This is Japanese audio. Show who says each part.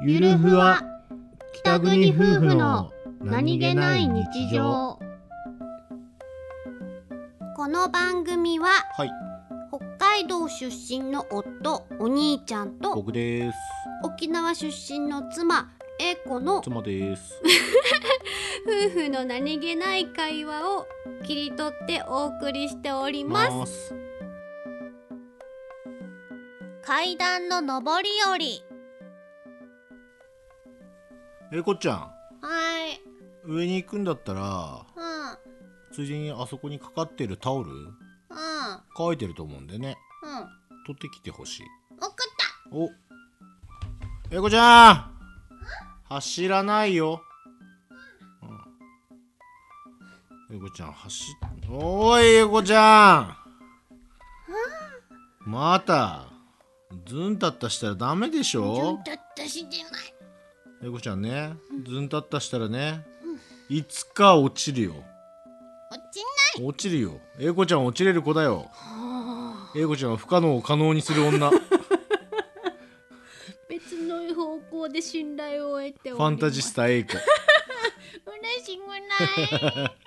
Speaker 1: ゆるふわ北国夫婦の
Speaker 2: この番組は
Speaker 1: はい
Speaker 2: 北海道出身の夫お兄ちゃんと
Speaker 1: 僕です
Speaker 2: 沖縄出身の妻英子の夫
Speaker 1: 妻です
Speaker 2: 婦の何気ない会話を切り取ってお送りしております
Speaker 1: す
Speaker 2: 階段の上り下り
Speaker 1: えこっちゃ
Speaker 2: はい
Speaker 1: ん上に行くんだったら
Speaker 2: うん
Speaker 1: ついでにあそこにかかってるタオル
Speaker 2: うん
Speaker 1: 乾いてると思うんでね
Speaker 2: うん
Speaker 1: 取ってきてほしい
Speaker 2: 送った
Speaker 1: おえこちゃん走らないよ、うん、えこちゃん走っおいえこちゃんまたずんたったしたらダメでしょ
Speaker 2: だったしじゃない
Speaker 1: えこちゃんねずんたったしたらねいつか落ちるよ
Speaker 2: 落ち
Speaker 1: 落ちるよえこちゃんは落ちれる子だよ
Speaker 2: ない
Speaker 1: えこちゃんは不可能を可能にする女フ
Speaker 2: 別の方向で信頼を得ております
Speaker 1: ァンタジスタえい子
Speaker 2: 嬉しくない